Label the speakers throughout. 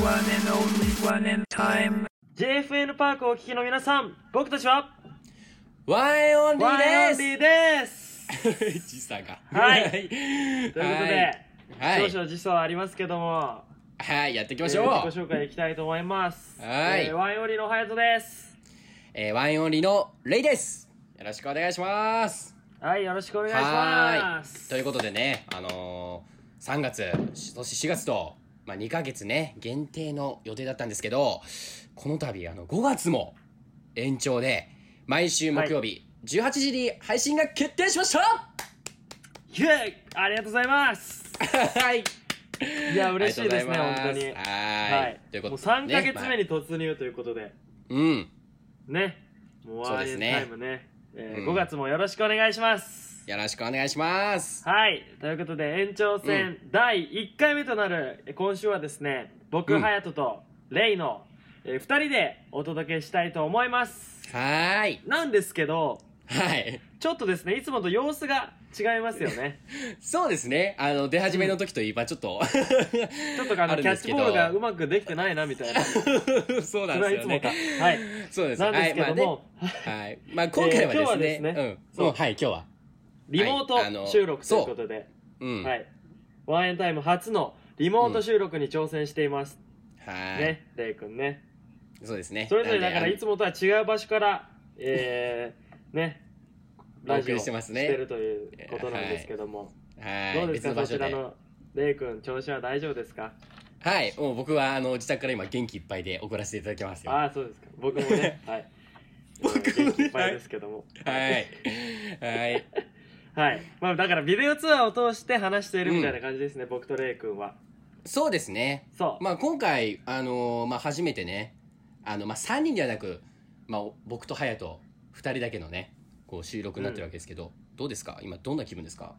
Speaker 1: One and only one and time.
Speaker 2: JFN パークをお聞きの皆さん僕たちは
Speaker 3: ワイオンリ
Speaker 2: ワイ
Speaker 3: ー
Speaker 2: オ
Speaker 3: で
Speaker 2: ン
Speaker 3: す
Speaker 2: リーです
Speaker 3: 時 差が。
Speaker 2: はい
Speaker 3: という
Speaker 2: ということで、
Speaker 3: はい
Speaker 2: 少々時差はありますけども、
Speaker 3: はい、やっていきま
Speaker 2: え
Speaker 3: し
Speaker 2: ー
Speaker 3: ょう。
Speaker 2: 自己紹介いきたいと思います
Speaker 3: はい
Speaker 2: えーワインオリのハヤトです
Speaker 3: えーワインオンリーのレイです。よろしくお願いします。
Speaker 2: はいよろしくお願いし
Speaker 3: は
Speaker 2: ま
Speaker 3: ー
Speaker 2: す
Speaker 3: い。ということでね、あのー、3月、そして4月と、まあ、2ヶ月ね、限定の予定だったんですけど、この度、あの、5月も延長で、毎週木曜日、18時に配信が決定しました
Speaker 2: イェーイありがとうございます
Speaker 3: はい。
Speaker 2: い や嬉しいですね
Speaker 3: ありがとうご
Speaker 2: 本当
Speaker 3: ざいます
Speaker 2: に
Speaker 3: はーい。というこ
Speaker 2: もう
Speaker 3: とで、
Speaker 2: 3ヶ月目
Speaker 3: に。
Speaker 2: に突入ということで
Speaker 3: うん。
Speaker 2: ねもう
Speaker 3: そう
Speaker 2: ワ
Speaker 3: で
Speaker 2: イ
Speaker 3: す
Speaker 2: ン
Speaker 3: ね
Speaker 2: タイムねえー
Speaker 3: うん
Speaker 2: 5月もよろしくお願いします
Speaker 3: よろしくお願いします。
Speaker 2: はいということで延長戦第1回目となる、え今週はですね僕
Speaker 3: うん
Speaker 2: 隼人、とレイの、え2人でお届けしたいと思います
Speaker 3: はーい。
Speaker 2: なんですけど
Speaker 3: はい。
Speaker 2: ちょっとですねいつもと様子が違いますよ ね
Speaker 3: そうですね。あの、出始めの時といえばちょっと、
Speaker 2: ちょっとあの
Speaker 3: あるん
Speaker 2: キャ
Speaker 3: で
Speaker 2: ッ
Speaker 3: す
Speaker 2: チ
Speaker 3: け
Speaker 2: ボ
Speaker 3: ど
Speaker 2: ールがうまくできてないなみたいな そ
Speaker 3: そうなん
Speaker 2: れ
Speaker 3: で
Speaker 2: はい
Speaker 3: すよ
Speaker 2: つも
Speaker 3: ね
Speaker 2: か。はい
Speaker 3: そうです。
Speaker 2: なんですけども、
Speaker 3: はい、まあね、はい。まあ、今回
Speaker 2: えー今
Speaker 3: は
Speaker 2: 日は
Speaker 3: ですね、
Speaker 2: ですね
Speaker 3: うん。
Speaker 2: そう
Speaker 3: もうはい、今日は。
Speaker 2: リモ
Speaker 3: はいあ
Speaker 2: ー
Speaker 3: の
Speaker 2: ト収録ということで、
Speaker 3: うん。
Speaker 2: は
Speaker 3: はい。
Speaker 2: い、ワンエンタイム初のリモート収録に挑戦しています、ねレイくんね
Speaker 3: そうですね。
Speaker 2: それぞれだからい
Speaker 3: つ
Speaker 2: つもとは違う場所から、えー、ね、
Speaker 3: お
Speaker 2: ラ
Speaker 3: 送
Speaker 2: ジオ
Speaker 3: り
Speaker 2: を
Speaker 3: してますね
Speaker 2: るということなんですけども、
Speaker 3: は
Speaker 2: ど
Speaker 3: い。
Speaker 2: うです
Speaker 3: 別の
Speaker 2: か、
Speaker 3: 場
Speaker 2: そ
Speaker 3: 所
Speaker 2: ちら
Speaker 3: で。
Speaker 2: のレイ君、調子は大丈夫ですか
Speaker 3: はい。もう僕は、あの、自宅から今元気いっぱいで送らせていただきますよ。は
Speaker 2: ああ、そうですか、僕も ね、はい。僕
Speaker 3: もね
Speaker 2: 元気いっぱいですけども。
Speaker 3: い。はい。
Speaker 2: はい。まあ、だからビデオツアーを通して話しているみたいな感じですね、僕とレイ君は。
Speaker 3: そうですね。
Speaker 2: そう。
Speaker 3: まあ、今回、あのーまあ、初めてね、あの、まあ、3人ではなく、まあ、お僕と隼人、2人だけのね、こう収録になってるわけですけど、どうですか今、どんな気分ですか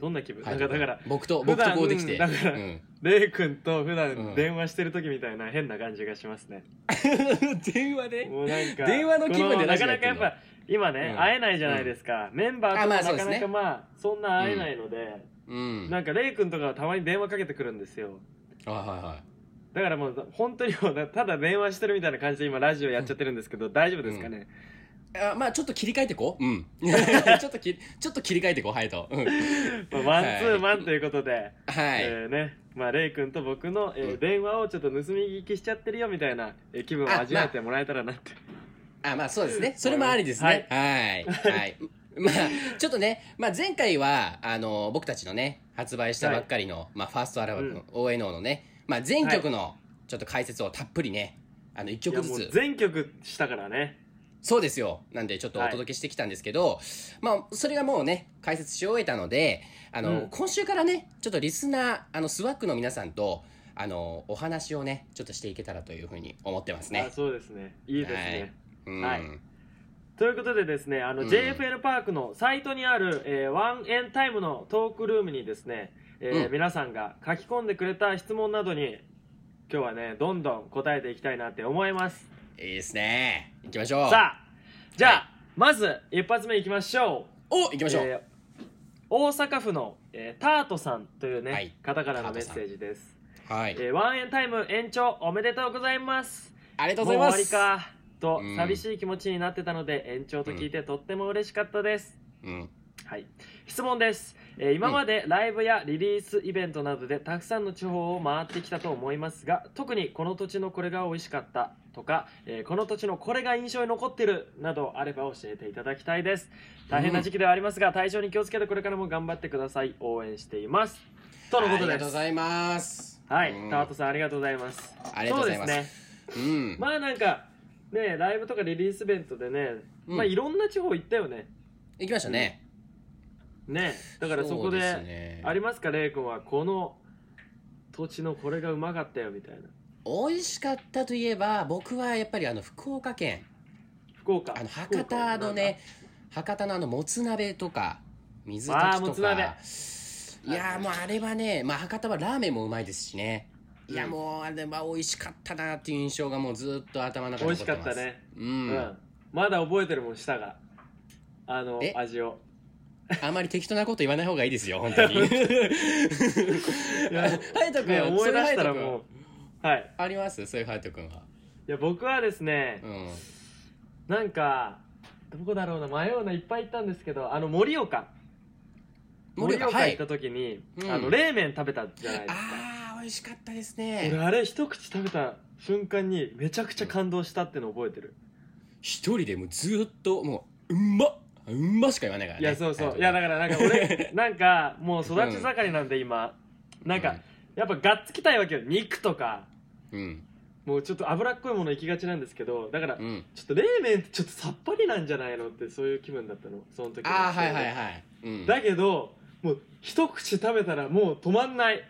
Speaker 2: どんな気分、
Speaker 3: 隼
Speaker 2: なん
Speaker 3: 人
Speaker 2: かだから、
Speaker 3: 僕と、
Speaker 2: 普
Speaker 3: 僕
Speaker 2: 段
Speaker 3: とこうできて。
Speaker 2: だから
Speaker 3: うん。
Speaker 2: レイ君と普
Speaker 3: う
Speaker 2: 段
Speaker 3: ん
Speaker 2: 電話してる時みたいな変な感じがしますね。
Speaker 3: 電話で
Speaker 2: もうなんか
Speaker 3: 電話の気分で
Speaker 2: なか
Speaker 3: ラジオや
Speaker 2: な
Speaker 3: っ
Speaker 2: か
Speaker 3: てん
Speaker 2: やっ
Speaker 3: の
Speaker 2: ぱ今ね、
Speaker 3: うん
Speaker 2: 会えないじゃないですか、メンバーと
Speaker 3: あ
Speaker 2: もな
Speaker 3: まあ
Speaker 2: か
Speaker 3: そうです
Speaker 2: な
Speaker 3: ね
Speaker 2: かまあそんな会えないので、
Speaker 3: うん。
Speaker 2: なんかレイ君とかはたまに電話かけてくるんですよ
Speaker 3: あはいはい。
Speaker 2: だからもう本当にもうただ電話してるみたいな感じで今ラジオやっちゃってるんですけど、大丈夫ですかね、
Speaker 3: あまあちょっと切り替えてこう。うん。 ちょっときちょっと切り替えてこう、ハヤト。うん。
Speaker 2: まあマンツ
Speaker 3: は
Speaker 2: ー
Speaker 3: い
Speaker 2: マンということで、
Speaker 3: はい。
Speaker 2: えーねまあ、レイ君と僕の、えー
Speaker 3: うん
Speaker 2: 電話をちょっと盗み聞きしちゃってるよみたいな、えー気分を
Speaker 3: あ
Speaker 2: 味わってもらえたらなって、
Speaker 3: あまあそうですね。それもありですね。はい。はい。 まあちょっとね、まあ前回は、あの、僕たちのね、発売したばっかりの、まあファーストアルバム、ONO のね、まあ全曲のちょっと解説をたっぷりね、あの一
Speaker 2: い
Speaker 3: 曲
Speaker 2: やも
Speaker 3: ず
Speaker 2: う
Speaker 3: つ。
Speaker 2: 全曲したからね
Speaker 3: そうですよ。なんでちょっとお届けしてきたんですけど、まあ、それがもうね、解説し終えたので、あの、
Speaker 2: うん
Speaker 3: 今週からね、ちょっとリスナー、あの、スワックの皆さんと、あの、お話をね、ちょっとしていけたらというふうに思ってますね
Speaker 2: あ。そうですねいいですね、
Speaker 3: はいうん。
Speaker 2: はいということでですねあの、
Speaker 3: うん
Speaker 2: JFL パークのサイトにある、えーワンエンタイムのトークルームにですね、えー
Speaker 3: うん
Speaker 2: 皆さんが書き込んでくれた質問などに今日はねどんどん答えていきたいなって思います
Speaker 3: いいですね。行きましょう。あ、
Speaker 2: さあじゃあ、
Speaker 3: はい
Speaker 2: まず一発目いきましょう
Speaker 3: お行きましょう。
Speaker 2: えー大阪府の、えータートさんというね、
Speaker 3: はい
Speaker 2: 方からの
Speaker 3: ター
Speaker 2: メッ
Speaker 3: トさん
Speaker 2: セージです、
Speaker 3: はい、
Speaker 2: えーワンエンタイム延長おめでとうございます
Speaker 3: ありがとう
Speaker 2: も
Speaker 3: ご
Speaker 2: う
Speaker 3: ざい
Speaker 2: 終
Speaker 3: ま
Speaker 2: わり
Speaker 3: す。
Speaker 2: かと
Speaker 3: うん
Speaker 2: 寂しい気持ちになってたので延長と聞いてとっても嬉しかったです、
Speaker 3: うん。
Speaker 2: はい、質問です、えー今までライブやリリースイベントなどでたくさんの地方を回ってきたと思いますが特にこの土地のこれが美味しかったとか、えーこの土地のこれが印象に残ってるなどあれば教えていただきたいです大変な時期ではありますが、体調に気をつけてこれからも頑張ってください応援していますとのこと
Speaker 3: あり
Speaker 2: で
Speaker 3: がとうご
Speaker 2: す
Speaker 3: ざいます。
Speaker 2: はい、
Speaker 3: うん
Speaker 2: タートさんありがとうございます
Speaker 3: ありがとうございます
Speaker 2: そうですね
Speaker 3: うん。
Speaker 2: まあなんかねライブとかリリースイベントでね、
Speaker 3: うん
Speaker 2: まあいろんな地方行ったよね
Speaker 3: 行きましたね。
Speaker 2: ねだからそこで
Speaker 3: うすね
Speaker 2: ありますかレイ君はこの土地のこれがうまかったよみたいな
Speaker 3: 美味しかったといえば、僕はやっぱりあの、福岡県。
Speaker 2: 福岡
Speaker 3: あの
Speaker 2: 福岡
Speaker 3: 博多のね博多のあのもつ鍋とか水
Speaker 2: あー
Speaker 3: 炊き
Speaker 2: も
Speaker 3: と
Speaker 2: つ鍋
Speaker 3: かいやーもうあれはね、まあ、博多はラーメンもうまいですしねいや
Speaker 2: うん
Speaker 3: もうあれは美味しかったなっていう印象がもうずっと頭の
Speaker 2: なんか
Speaker 3: 中
Speaker 2: 美味
Speaker 3: に残っ
Speaker 2: してか
Speaker 3: ます
Speaker 2: ったね
Speaker 3: う、
Speaker 2: うんん、まだ覚えてるもん舌があの
Speaker 3: え
Speaker 2: 味を
Speaker 3: あまり適当なこと言わない方がいいですよ本当に
Speaker 2: いや
Speaker 3: 隼人君
Speaker 2: ね思い出したら
Speaker 3: それ隼人君
Speaker 2: もうはい
Speaker 3: ありますそういうハヤト君
Speaker 2: い
Speaker 3: は。
Speaker 2: や僕はですね
Speaker 3: うん。
Speaker 2: なんかどこだろうな迷うないっぱい行ったんですけどあの盛岡盛岡
Speaker 3: は
Speaker 2: 行っ
Speaker 3: い
Speaker 2: た。時に、
Speaker 3: うん
Speaker 2: あの冷麺食べたじゃないですか
Speaker 3: ああ、美味しかったです
Speaker 2: 俺
Speaker 3: ね。
Speaker 2: あれ一口食べた瞬間にめちゃくちゃ感動したっての覚えてる、
Speaker 3: 一人でもうずっと、もう、うまっうんましか言わないから
Speaker 2: い
Speaker 3: ね。
Speaker 2: やそうそうい
Speaker 3: ハ
Speaker 2: や
Speaker 3: ヤ
Speaker 2: だ
Speaker 3: ト
Speaker 2: からなんか 俺なんかもう育ち盛りなんで今、なんか、やっぱがっつきたいわけよ肉とか
Speaker 3: 君。うん。
Speaker 2: もうちょっと脂っこいもの行きがちなんですけどだから、
Speaker 3: うん。うん
Speaker 2: ちょっと冷麺ってちょっとさっぱりなんじゃないのってそういう気分だったのその時
Speaker 3: ああ、はいはいはい。うん。
Speaker 2: だけどもう一口食べたらもう止まんない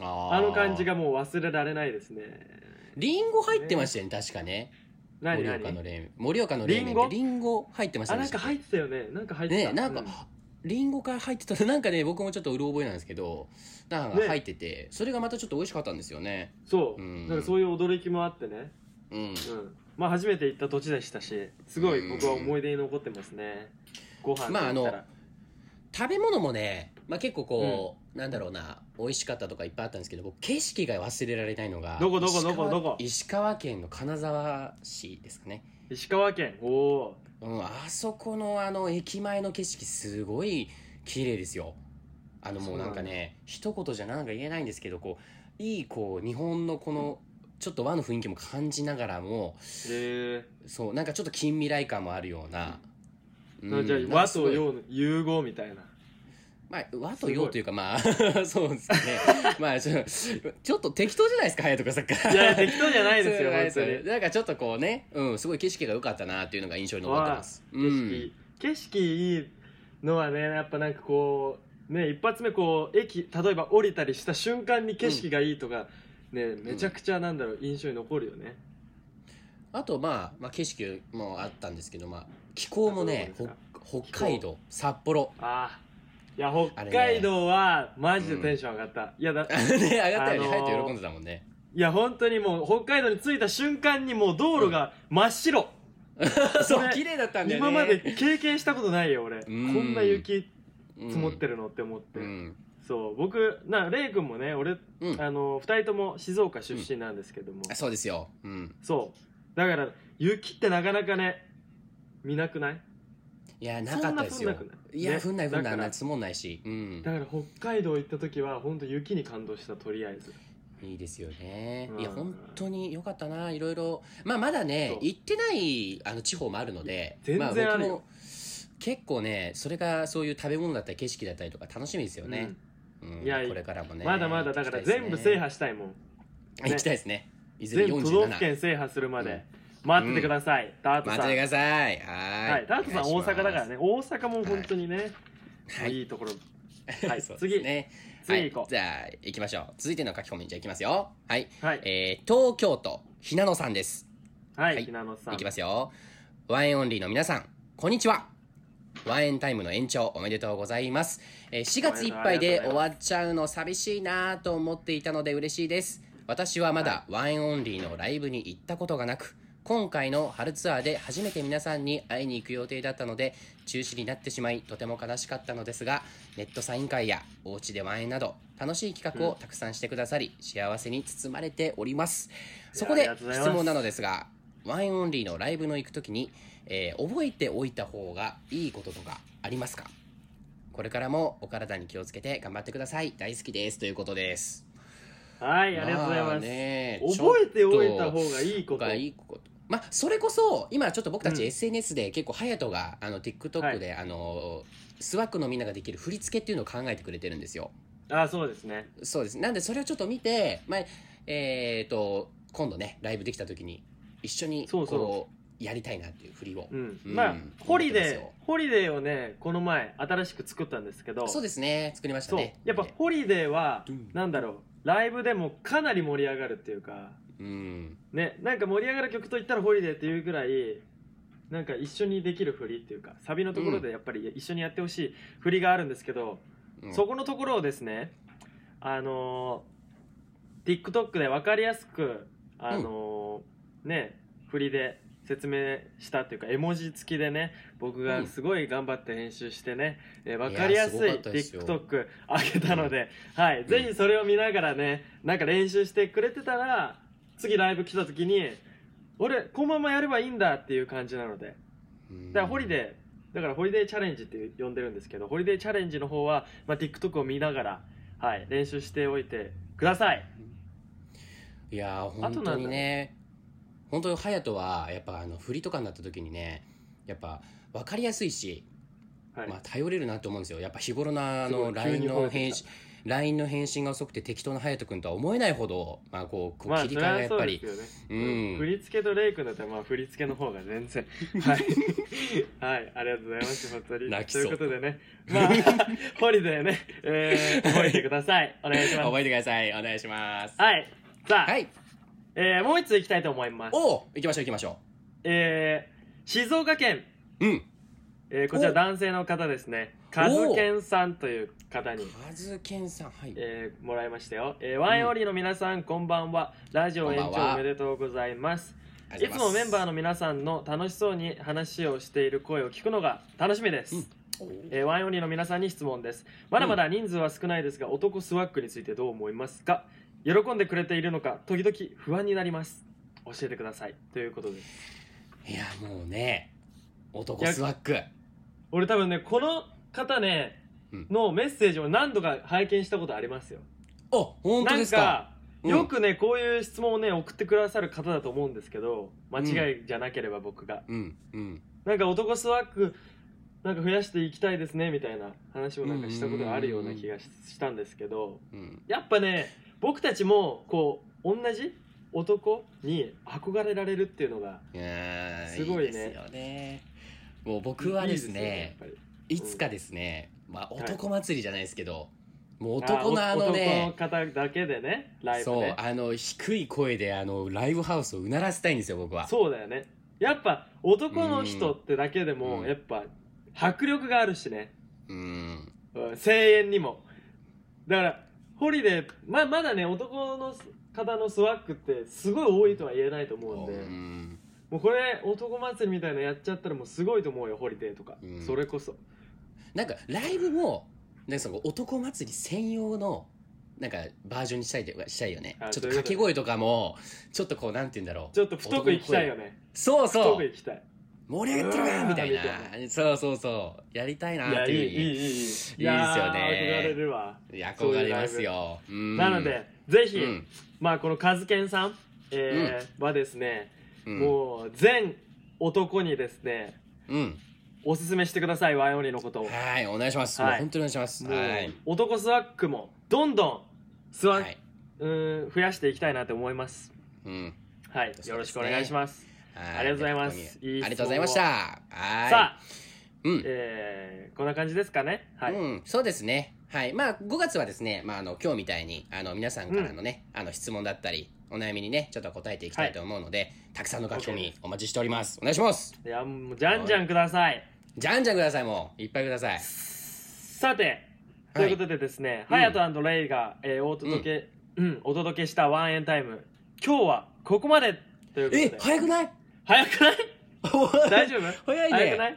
Speaker 3: あー
Speaker 2: あの感じが。もう忘れられないですね
Speaker 3: リンゴ入ってましたよね、確かね。
Speaker 2: 何
Speaker 3: 盛岡の
Speaker 2: 何
Speaker 3: 冷麺。盛岡の冷麺ってリンゴ入ってました
Speaker 2: あ
Speaker 3: ね。
Speaker 2: なんか入ってたよねなんか入って
Speaker 3: ね
Speaker 2: た
Speaker 3: なんか、
Speaker 2: う
Speaker 3: リンゴから入って たなんかね僕もちょっとうる覚えなんですけどなんか
Speaker 2: ね
Speaker 3: 入ってて、それがまたちょっと美味しかったんですよね
Speaker 2: そう、
Speaker 3: うん
Speaker 2: なんかそういう驚きもあってね
Speaker 3: うん
Speaker 2: うんまあ初めて行った土地でしたしすごい僕は思い出に残ってますねご飯
Speaker 3: まああの
Speaker 2: だったら
Speaker 3: 食べ物もね、まあ、結構こう、なんだろうな美味しかったとかいっぱいあったんですけど僕景色が忘れられないのが
Speaker 2: どこどこ
Speaker 3: 石川
Speaker 2: どこどこ
Speaker 3: 石川県の金沢市ですかね
Speaker 2: 石川県おお
Speaker 3: うん、あそこのあの駅前の景色すごい綺麗ですよあのもうなんかね一言じゃなんか言えないんですけどこういいこう日本のこのちょっと和の雰囲気も感じながらも
Speaker 2: へえ
Speaker 3: そうなんかちょっと近未来感もあるような、う
Speaker 2: じゃあ和と洋の融合みたいな
Speaker 3: まあ、和と洋というかまあ そうですねまあちょちょっと適当じゃないですか隼人君さっき
Speaker 2: いやいや適当じゃないですよ
Speaker 3: そう
Speaker 2: 本当に
Speaker 3: なんかちょっとこうね、うん、すごい景色が良かったなっていうのが印象に残ってます、う
Speaker 2: 景
Speaker 3: ん
Speaker 2: 色、景色いいのはねやっぱなんかこうね一発目こう駅例えば降りたりした瞬間に景色がいいとか、ねめちゃくちゃなんだろう印象に残るよね、
Speaker 3: あと、まあ、まあ景色もあったんですけど、まあ、気候もね
Speaker 2: そうなん
Speaker 3: ほ北海道札幌
Speaker 2: ああいや
Speaker 3: あ
Speaker 2: 北
Speaker 3: れね
Speaker 2: 海道はマジでテンション上がった、いやだ
Speaker 3: ね上がったよね、
Speaker 2: あのー
Speaker 3: ハヤト喜んでたもんね
Speaker 2: いや本当にもう北海道に着いた瞬間にもう道路が真っ白、
Speaker 3: そう綺麗だったんだよね
Speaker 2: 今まで経験したことないよ俺、こんな雪積もって
Speaker 3: る
Speaker 2: るのって思って、
Speaker 3: うん
Speaker 2: そう僕なレイ君もね俺
Speaker 3: うん、うん
Speaker 2: あの2人とも静岡出身なんですけども、
Speaker 3: そうですようん
Speaker 2: そうだから雪ってなかなかね見なくない
Speaker 3: いやなかったですよ
Speaker 2: そんな降んなくない
Speaker 3: いや
Speaker 2: ね
Speaker 3: 降んない降ん
Speaker 2: だ
Speaker 3: ない
Speaker 2: か
Speaker 3: あ
Speaker 2: ら
Speaker 3: んな積もんないし、うん
Speaker 2: だ、から北海道行った時は本当雪に感動したとりあえず
Speaker 3: いいですよね、
Speaker 2: うん
Speaker 3: いや本当に良かったないろいろまあまだね
Speaker 2: そう
Speaker 3: 行ってないあの地方もあるので
Speaker 2: 全然
Speaker 3: ま
Speaker 2: あるよ
Speaker 3: 僕も結構ねそれがそういう食べ物だったり景色だったりとか楽しみですよね、うん
Speaker 2: いや
Speaker 3: これからもね
Speaker 2: まだまだだから全部制覇したいもん、
Speaker 3: 行きたいですね行きたいですねいずれ
Speaker 2: 全部都道府
Speaker 3: 47
Speaker 2: 県制覇するまで待っててください、タート
Speaker 3: 待
Speaker 2: さん
Speaker 3: っててくださいはーい
Speaker 2: はい、タートさん大阪だから
Speaker 3: ね
Speaker 2: ね大阪も本当にね、、
Speaker 3: はいい
Speaker 2: いところはい
Speaker 3: そうです
Speaker 2: 次、
Speaker 3: ね
Speaker 2: 次行こ
Speaker 3: はい、じゃあ行きましょう続いての書き込みじゃあ行きますよはい、
Speaker 2: うはい、
Speaker 3: えー、東京都ひなのさんです
Speaker 2: はい
Speaker 3: はい
Speaker 2: ひなのさん
Speaker 3: いきますよワンエンオンリーの皆さんこんにちはワンエンタイムの延長おめでとうございます、えー、4月いっぱいで終わっちゃうの寂しいなと思っていたので嬉しいです私はまだワンエンオンリーのライブに行ったことがなく今回の春ツアーで初めて皆さんに会いに行く予定だったので中止になってしまいとても悲しかったのですがネットサイン会やおうちでワンエンなど楽しい企画をたくさんしてくださり、幸せに包まれておりますそこ
Speaker 2: い
Speaker 3: で
Speaker 2: やありがとうございます
Speaker 3: 質問なのですがワンエンオンリーのライブの行く時に、えー覚えておいた方がいいこととかありますかこれからもお体に気をつけて頑張ってください大好きですということです
Speaker 2: はいありがとうございます、
Speaker 3: あね
Speaker 2: 覚えておいた
Speaker 3: ちょっ
Speaker 2: 方がいい
Speaker 3: と
Speaker 2: こと
Speaker 3: がいいことまあそれこそ今ちょっと僕た
Speaker 2: う
Speaker 3: ち
Speaker 2: ん
Speaker 3: SNS で結構隼人があの TikTok で、あのスワックのみんなができる振り付けっていうのを考えてくれてるんですよ
Speaker 2: あそうですね
Speaker 3: そうですなんでそれをちょっと見て、まあえー、と今度ねライブできた時に一緒に
Speaker 2: そうそう
Speaker 3: こうやりたいなっていう振りを
Speaker 2: うん、
Speaker 3: うん
Speaker 2: まあホリ
Speaker 3: 思っ
Speaker 2: デ
Speaker 3: てますよ
Speaker 2: ーホリデーをねこの前新しく作ったんですけど
Speaker 3: そうですね作りました
Speaker 2: そう
Speaker 3: ね
Speaker 2: やっぱホリデーは
Speaker 3: うん
Speaker 2: なんだろうライブでもかなり盛り上がるっていうか
Speaker 3: うん
Speaker 2: ねなんか盛り上がる曲といったらホリデーっていうぐらいなんか一緒にできる振りっていうかサビのところでやっぱり一緒にやってほしい振りがあるんですけど、
Speaker 3: うん
Speaker 2: そこのところをですねあのー TikTok で分かりやすくあのーね振りで説明したっていうか絵文字付きでね僕がすごい頑張って編集してね、えー、分かりやすい
Speaker 3: いやすごかったですよ
Speaker 2: TikTok 上げたので、はい、ぜひそれを見ながらねなんか練習してくれてたら次ライブ来た時に俺このままやればいいんだっていう感じなのでだからホリデーだからホリデーチャレンジって呼んでるんですけどホリデーチャレンジの方は、まあ、TikTok を見ながら、はい、練習しておいてください
Speaker 3: いやー
Speaker 2: あと
Speaker 3: 本
Speaker 2: なんだ
Speaker 3: 当にね本当に隼人はやっぱあの振りとかになった時にねやっぱ分かりやすいし、
Speaker 2: はい、
Speaker 3: まあ、頼れるなと思うんですよやっぱ日頃のあ
Speaker 2: すご
Speaker 3: の
Speaker 2: い急
Speaker 3: LINE
Speaker 2: に褒め
Speaker 3: の
Speaker 2: てきた
Speaker 3: 返信 LINE の返信が遅くて適当な隼人君とは思えないほど、まあ、こうこ
Speaker 2: ま
Speaker 3: う
Speaker 2: あ
Speaker 3: 切り替えがやっぱり、
Speaker 2: それはそうですよね
Speaker 3: うん
Speaker 2: 振り付けとレイ君だったらまあ振り付けの方が全 然はい、はい、ありがとうございます本当に
Speaker 3: 泣きそう
Speaker 2: ということでね まあホリデーね、えー、覚えてくださいお願いします
Speaker 3: 覚えてくださいお願いします
Speaker 2: はいさあ、
Speaker 3: はい
Speaker 2: えーもう一つ行きたいと思います
Speaker 3: おお行きましょう行きましょ
Speaker 2: えー、静岡県、
Speaker 3: ううん
Speaker 2: えー、こちら
Speaker 3: お
Speaker 2: 男性の方ですねカズケンさんという方に
Speaker 3: カズケンさんはい
Speaker 2: えーもらいましたよ、えー、ワインオリーの皆さん、こんばんはラジオ延
Speaker 3: こんばん
Speaker 2: 長
Speaker 3: は
Speaker 2: おめでとうございます
Speaker 3: あり
Speaker 2: い
Speaker 3: がと
Speaker 2: つ
Speaker 3: うご
Speaker 2: も
Speaker 3: ざ
Speaker 2: メ
Speaker 3: い
Speaker 2: ン
Speaker 3: ます
Speaker 2: バーの皆さんの楽しそうに話をしている声を聞くのが楽しみです、
Speaker 3: うん
Speaker 2: えーワンオンリーの皆さんに質問ですまだまだ人数は少ないですが、男スワッグについてどう思いますか喜んでくれているのか時々不安になります教えてくださいということです
Speaker 3: いやもうね男スワック
Speaker 2: 俺多分ねこの方ね
Speaker 3: うん
Speaker 2: のメッセージを何度か拝見したことありますよ
Speaker 3: お本当ですか
Speaker 2: なんか
Speaker 3: うん
Speaker 2: よくねこういう質問をね送ってくださる方だと思うんですけど間違いじゃなければ僕が、
Speaker 3: うんうん
Speaker 2: なんか男スワッグなんか増やしていきたいですねみたいな話をなんかしたことがあるような気がししたんですけど
Speaker 3: うん
Speaker 2: やっぱね僕たちもこう同じ男に憧れられるっていうのが
Speaker 3: いやー
Speaker 2: すごいね
Speaker 3: ですよねもう僕はい
Speaker 2: い
Speaker 3: で
Speaker 2: ですすよ
Speaker 3: ね
Speaker 2: やっぱり
Speaker 3: い
Speaker 2: すね
Speaker 3: つかですね、まあ、
Speaker 2: い
Speaker 3: 男祭りじゃないですけど、もう男の
Speaker 2: あ
Speaker 3: あのね
Speaker 2: 男の方だけでねライブ
Speaker 3: そう
Speaker 2: ね
Speaker 3: あの低い声であのライブハウスをうならせたいんですよ僕は
Speaker 2: そうだよねやっぱ男の人ってだけで
Speaker 3: う
Speaker 2: も
Speaker 3: ん
Speaker 2: やっぱ迫力があるしね
Speaker 3: うん
Speaker 2: うん声援にもだからホリデーままだね男の方のスワックってすごい多いとは言えないと思うん
Speaker 3: う
Speaker 2: で、
Speaker 3: ん
Speaker 2: もうこれ男祭りみたいなのやっちゃったらもうすごいと思うよホリデーとか、
Speaker 3: うん
Speaker 2: それこそ
Speaker 3: なんかライブもなんかその男祭り専用のなんかバージョンにしたいとしたいよね
Speaker 2: あ
Speaker 3: ちょっと
Speaker 2: そういうこと
Speaker 3: 掛け声とかもちょっとこうなんて言うんだろう
Speaker 2: ちょっと太くいきたいよね
Speaker 3: そう
Speaker 2: 太
Speaker 3: そ
Speaker 2: く
Speaker 3: う
Speaker 2: いきたい
Speaker 3: 盛り上がってるわ
Speaker 2: うわー
Speaker 3: みたい
Speaker 2: みた
Speaker 3: なそうそうそうやりたい
Speaker 2: い
Speaker 3: なっ
Speaker 2: や
Speaker 3: て
Speaker 2: いいい
Speaker 3: いう
Speaker 2: い
Speaker 3: ふう
Speaker 2: いいいい
Speaker 3: にいいですよね
Speaker 2: やー憧れるわ、
Speaker 3: いや憧れますよ
Speaker 2: な
Speaker 3: な
Speaker 2: のでぜひ、
Speaker 3: うん
Speaker 2: まあこのカズケンさん、えーはですね、
Speaker 3: うん
Speaker 2: もう全男にですね
Speaker 3: うん
Speaker 2: おすすめしてくださいワイオニのことを
Speaker 3: はいお願いします
Speaker 2: はい
Speaker 3: もう本当にお願いします
Speaker 2: もう
Speaker 3: はい
Speaker 2: 男スワックもどんどんスワッ
Speaker 3: は
Speaker 2: ク、
Speaker 3: いう
Speaker 2: ーん増やしていきたいなと思います
Speaker 3: うん
Speaker 2: はい、
Speaker 3: そうですね
Speaker 2: よろしくお願いします
Speaker 3: はい
Speaker 2: ありがとうございます
Speaker 3: 本当
Speaker 2: いい質
Speaker 3: に
Speaker 2: 問を
Speaker 3: ありがとうございましたはい
Speaker 2: さあ、
Speaker 3: うん
Speaker 2: えーこんな感じですかねはい、
Speaker 3: うん、そうですね。はい。まあ、5月はですね、まあ、あの、今日みたいに、あの、皆さんからのね、あの、質問だったり、お悩みにね、ちょっと答えていきたいと思うので、たくさんの書き込みお待ちしております。お願いします。
Speaker 2: いやもうじゃんじゃんください
Speaker 3: じゃんじゃんください、もう。いっぱいください。
Speaker 2: さて、ということでですね、
Speaker 3: うん
Speaker 2: ハヤトレイが、えーお届け、うんお届けしたワンエンタイム、今日はここまでということ
Speaker 3: え
Speaker 2: で、、
Speaker 3: 早くない
Speaker 2: 早くない 大丈夫
Speaker 3: 早いね。
Speaker 2: 早くない、
Speaker 3: うん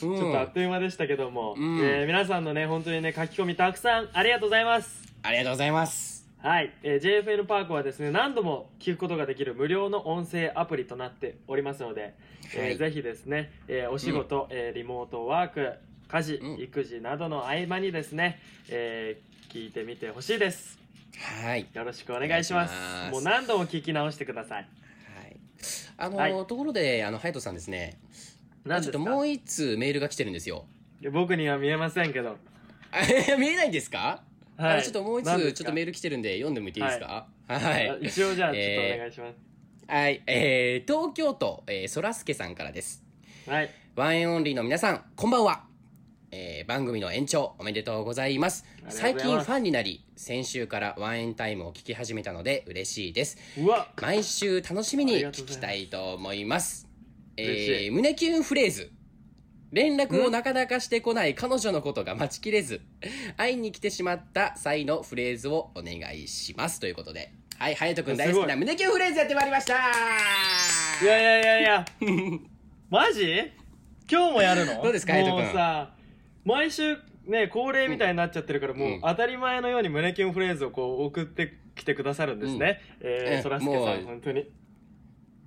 Speaker 2: ちょっとあっという間でしたけども、
Speaker 3: うん
Speaker 2: えー皆さんのね、本当にね、書き込みたくさんありがとうございます。
Speaker 3: ありがとうございます。
Speaker 2: はい、えー JFN パークはですね何度も聞くことができる無料の音声アプリとなっておりますので、えー
Speaker 3: はい
Speaker 2: ぜひですね、えーお仕事、えーリモートワーク家事、
Speaker 3: うん
Speaker 2: 育児などの合間にですね、えー聞いてみてほしいです
Speaker 3: はい。
Speaker 2: よろしくお願いします
Speaker 3: お願いします
Speaker 2: もう何度も聞き直してください
Speaker 3: はい。あの、
Speaker 2: はい
Speaker 3: ところで、あの、ハヤトさんですね、
Speaker 2: 何
Speaker 3: ちょ
Speaker 2: で
Speaker 3: っ
Speaker 2: す
Speaker 3: と
Speaker 2: か
Speaker 3: もう一通メールが来てるんで すよ。
Speaker 2: いや僕には見えませんけど
Speaker 3: あいや見えないんですか、
Speaker 2: は
Speaker 3: あ
Speaker 2: い
Speaker 3: のちょっともう一
Speaker 2: 何で
Speaker 3: 通、
Speaker 2: す
Speaker 3: ちょ
Speaker 2: か
Speaker 3: っとメール来てるんで、読んでもいっていいですかはい。
Speaker 2: あ一応じゃあちょっと
Speaker 3: えー
Speaker 2: お願いします、
Speaker 3: はい、えー、東京都、えー、そらすけさんからです。
Speaker 2: はい
Speaker 3: ワンエンオンリーの皆さん、こんばんは。えー、番組の延長、おめでとうございます。
Speaker 2: ありがとう
Speaker 3: 最
Speaker 2: ござい
Speaker 3: 近
Speaker 2: ます
Speaker 3: ファンになり、先週からワンエンタイムを聞き始めたので嬉しいです。
Speaker 2: うわ
Speaker 3: 毎週楽しみ
Speaker 2: あ
Speaker 3: に
Speaker 2: りがとう
Speaker 3: 聞
Speaker 2: ござい
Speaker 3: き
Speaker 2: ます
Speaker 3: たいと思います。
Speaker 2: 嬉しい
Speaker 3: えー、胸キュンフレーズ。連絡をなかなかしてこない彼女のことが待ちきれず、会いに来てしまった際のフレーズをお願いします。ということで。はい、ハヤトくん大好き
Speaker 2: すご
Speaker 3: ない胸キュンフレーズやってまいりました
Speaker 2: いやいやいやい やマジ今日もやるの
Speaker 3: どうですか
Speaker 2: も
Speaker 3: 海
Speaker 2: う
Speaker 3: 斗君
Speaker 2: さ毎週ね恒例みたいになっちゃってるから、もう
Speaker 3: うん
Speaker 2: 当たり前のように胸キュンフレーズをこう送ってきてくださるんですね、え
Speaker 3: え
Speaker 2: ー、そらすけさ
Speaker 3: も
Speaker 2: ん
Speaker 3: う
Speaker 2: 本当に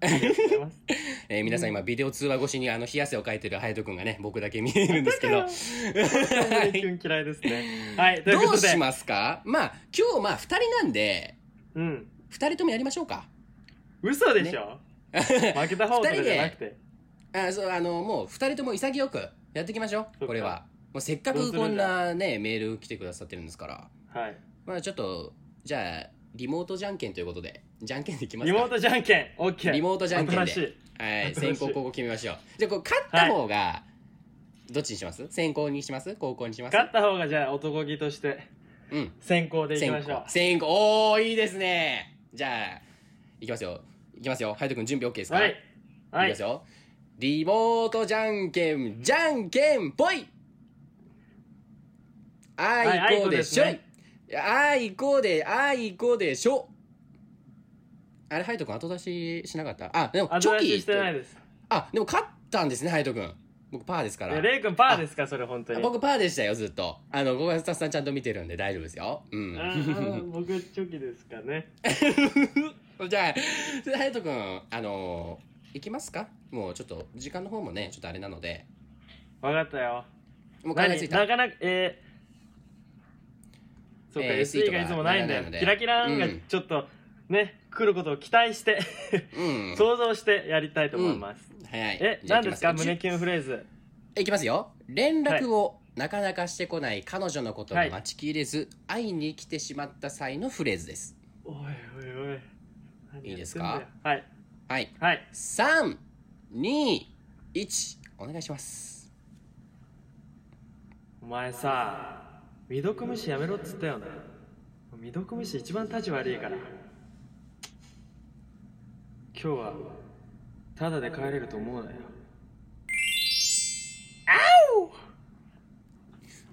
Speaker 2: ありがとうございます
Speaker 3: えー皆さん今ビデオ通話越しにあの冷や汗をかいてる隼人君がね僕だけ見えるんで すけど
Speaker 2: だから 胸キュン嫌いですねはいという
Speaker 3: ど
Speaker 2: こ
Speaker 3: う
Speaker 2: とで
Speaker 3: しますかまあ今日まあ2人なんで
Speaker 2: うん
Speaker 3: 2人ともやりましょうか
Speaker 2: 嘘でしょ、負けた方とかじゃなくて
Speaker 3: あそうあのもう2人とも潔くやっていきましょ
Speaker 2: そっか
Speaker 3: うこれはもうせっかくこんなねメール来てくださってるんですから
Speaker 2: はい
Speaker 3: まあちょっとじゃあリモートじゃんけんということでじゃんけんでいきます
Speaker 2: リ
Speaker 3: か
Speaker 2: モートじゃんけん OK
Speaker 3: リモートじゃんけんで
Speaker 2: 新しい
Speaker 3: は
Speaker 2: 新
Speaker 3: い
Speaker 2: しい
Speaker 3: 先行後攻決めましょうじゃあこう勝った方が、どっちにします先行にします後攻にします
Speaker 2: 勝った方がじゃあ男気として
Speaker 3: うん
Speaker 2: 先行でいきま
Speaker 3: 先
Speaker 2: しょう
Speaker 3: 行先行おーいいですねじゃあいきますよいきますよ隼人君準備 OK ですか、
Speaker 2: はい。はいい
Speaker 3: きます。よリモートじゃんけんじゃんけんぽいあ
Speaker 2: はい
Speaker 3: いこでしょ
Speaker 2: あいこ
Speaker 3: いやあいこであいこでしょあれ隼人君後出ししなかったあでもチョ
Speaker 2: 後出
Speaker 3: キ
Speaker 2: ししてないです。
Speaker 3: あでも勝ったんですね隼人君僕パーですか
Speaker 2: い
Speaker 3: ら
Speaker 2: やレイ君パーですか、それ本当に。
Speaker 3: 僕パーでしたよずっとあのここはスタッフさんちゃんと見てるんで大丈夫ですよう
Speaker 2: あ
Speaker 3: ん
Speaker 2: ー僕、チョキですかね。
Speaker 3: じゃあ、隼人君、あのー、行きますかもうちょっと、時間の方もね、ちょっとあれなので。
Speaker 2: わかったよ。
Speaker 3: もう考えつ
Speaker 2: 何
Speaker 3: いた。
Speaker 2: なかなか、えー、そっか、
Speaker 3: えー
Speaker 2: SE がいつもないんだ
Speaker 3: ならないの
Speaker 2: よ。
Speaker 3: で
Speaker 2: キラキラーンが
Speaker 3: うん
Speaker 2: ちょっと、ね、来ることを期待して、
Speaker 3: うん。
Speaker 2: 想像してやりたいと思います。
Speaker 3: はいはい。
Speaker 2: え、
Speaker 3: じゃあ
Speaker 2: 何ですか、
Speaker 3: 行きますよ
Speaker 2: 胸キュンフレーズ。
Speaker 3: いきますよ。連絡をなかなかしてこない彼女のことを待ちきれず、会いに来てしまった際のフレーズです。
Speaker 2: おいおいおい。何やってん
Speaker 3: いい
Speaker 2: だよ
Speaker 3: ですか
Speaker 2: はい。
Speaker 3: はい。
Speaker 2: はい。
Speaker 3: 3、2、1、お願いします。
Speaker 2: お前さ未読無視やめろっつったよな未読無視一番立ち悪いから今日はタダで帰れると思うなよ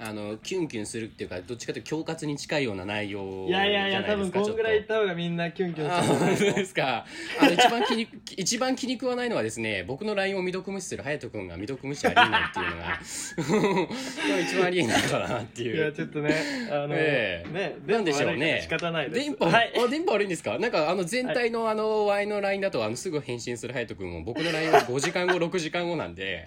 Speaker 3: あの、キュンキュンするっていうか、どっちかというと恐喝に近いような内容
Speaker 2: い
Speaker 3: じゃ
Speaker 2: や
Speaker 3: ないい
Speaker 2: やいや多
Speaker 3: で
Speaker 2: 分
Speaker 3: すか。
Speaker 2: こんぐらい行
Speaker 3: ちょっ
Speaker 2: っ
Speaker 3: と
Speaker 2: た方がみんなキュンキュン
Speaker 3: あ本
Speaker 2: す
Speaker 3: 当
Speaker 2: る
Speaker 3: ですか。あの一番気に 一番気に食わないのはですね、僕の LINE を未読無視する隼人君が未読無視ありえないっていうのが これ一番ありえないかなって
Speaker 2: い
Speaker 3: いう
Speaker 2: や。ちょっとねあの
Speaker 3: ええ
Speaker 2: ね
Speaker 3: なんでしょうね
Speaker 2: 電波悪いから仕方ないです
Speaker 3: 電波、
Speaker 2: はい
Speaker 3: あ電波悪いんですかなんかあの全体のあの Y の LINE だとあのすぐ返信する隼人君も僕の LINE は5時間後6時間後なんで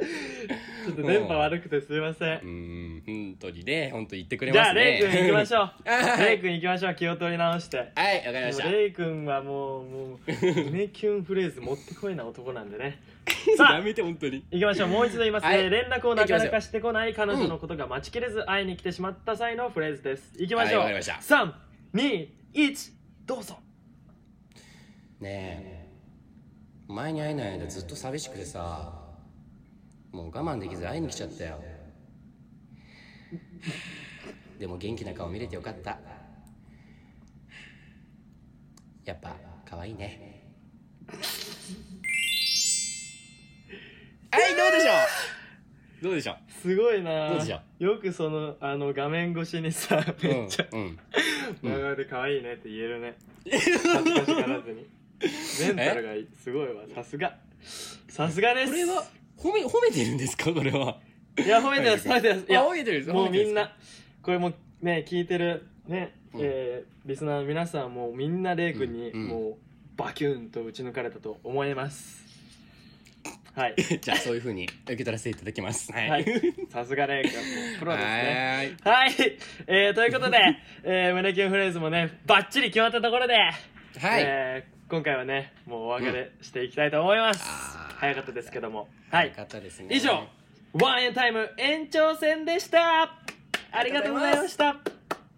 Speaker 2: ちょっと電波悪くてすいませ
Speaker 3: うんん本当にね本当言ってくれ
Speaker 2: じ
Speaker 3: ま
Speaker 2: ゃ
Speaker 3: す
Speaker 2: あレ
Speaker 3: ね
Speaker 2: イ君行きまし
Speaker 3: ょう
Speaker 2: ょ う
Speaker 3: はい
Speaker 2: レイ君行きましょう気を取り直して
Speaker 3: はいわかりま
Speaker 2: で
Speaker 3: し
Speaker 2: も
Speaker 3: た
Speaker 2: レイ君はもうもう胸キュンフレーズ持ってこいな男なんでねさあ
Speaker 3: やめて本当に
Speaker 2: 行きましょうもう一度言いますね、
Speaker 3: はい
Speaker 2: 連絡をなかなかしてこない彼女のことが待ちきれず会いに来てしまった際のフレーズです行きましょう、
Speaker 3: はいわかりました
Speaker 2: 321どうぞ
Speaker 3: ねえ前に会えない間ずっと寂しくてさもう我慢できず会いに来ちゃったよでも元気な顔見れてよかったやっぱ可愛いねはいどうでしょうどうでしょ
Speaker 2: すごいな
Speaker 3: どうでしょ
Speaker 2: よくそのあの画面越しにさ
Speaker 3: う
Speaker 2: めっちゃ
Speaker 3: うん、うん、
Speaker 2: 「真顔で可愛いね」って言える ね恥ずかしがらずにメンタルがいいすごいわさすがさすがです
Speaker 3: これは褒め褒めてるんですかこれはい
Speaker 2: や褒めてます褒めてますいや
Speaker 3: あ褒めてるんです
Speaker 2: もうみん
Speaker 3: 褒めてるですか
Speaker 2: なこれもうね聞いてるね、
Speaker 3: うん
Speaker 2: えーリスナーの皆さんもうみんなレイ君に
Speaker 3: うんうん
Speaker 2: もうバキュンと打ち抜かれたと思います、はい、
Speaker 3: じゃあそういうふうに受け取らせていただきます はい、
Speaker 2: はい、さすがレイ君プロですね
Speaker 3: は
Speaker 2: は
Speaker 3: ーい
Speaker 2: い、えーということで、えー胸キュンフレーズもねバッチリ決まったところで、
Speaker 3: はい、
Speaker 2: えー今回はねもうお別れしていきたいと思います、
Speaker 3: あー
Speaker 2: 早かったですけどもはい
Speaker 3: よかったですね
Speaker 2: 以上ワンエンタイム延長戦でしたありがとうございました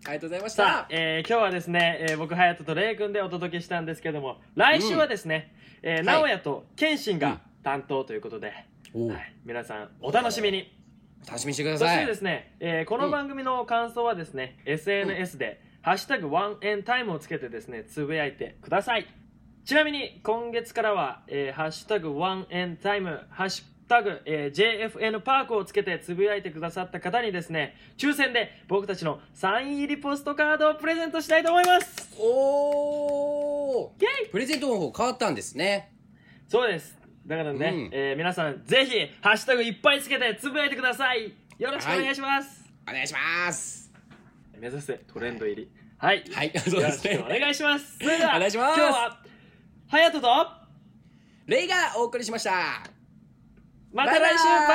Speaker 3: ありがとうございました
Speaker 2: さあ、えー今日はですね、えー僕隼人とレイ君でお届けしたんですけども来週はですね、えー
Speaker 3: い
Speaker 2: 直哉と謙信が担当ということで、
Speaker 3: おう
Speaker 2: はい、皆さんお楽しみに
Speaker 3: 楽しみにしてくだ
Speaker 2: そし
Speaker 3: さ
Speaker 2: て
Speaker 3: い
Speaker 2: ですね、えーこの番組の感想はですね、SNS で「ハッシュタグワンエンタイム」をつけてですねつぶやいてくださいちなみに今月からは「えーハッシュタグワンエンタイム」ハッシュタグ、えー JFN パークをつけてつぶやいてくださった方にですね抽選で僕たちのサイン入りポストカードをプレゼントしたいと思います
Speaker 3: おー
Speaker 2: イェイ
Speaker 3: プレゼントの方変わったんですね
Speaker 2: そうですだからね、
Speaker 3: うん
Speaker 2: えー皆さんぜひハッシュタグいっぱいつけてつぶやいてくださいよろしくお願いします、
Speaker 3: お願いします。
Speaker 2: 目指せトレンド入りはい、
Speaker 3: はい、そう
Speaker 2: よ
Speaker 3: で
Speaker 2: ろ
Speaker 3: す
Speaker 2: しくお
Speaker 3: ね。
Speaker 2: 願いしますそれでは
Speaker 3: お願いします
Speaker 2: 今日は隼人と
Speaker 3: レイがお送りしました。
Speaker 2: また来週バイバイ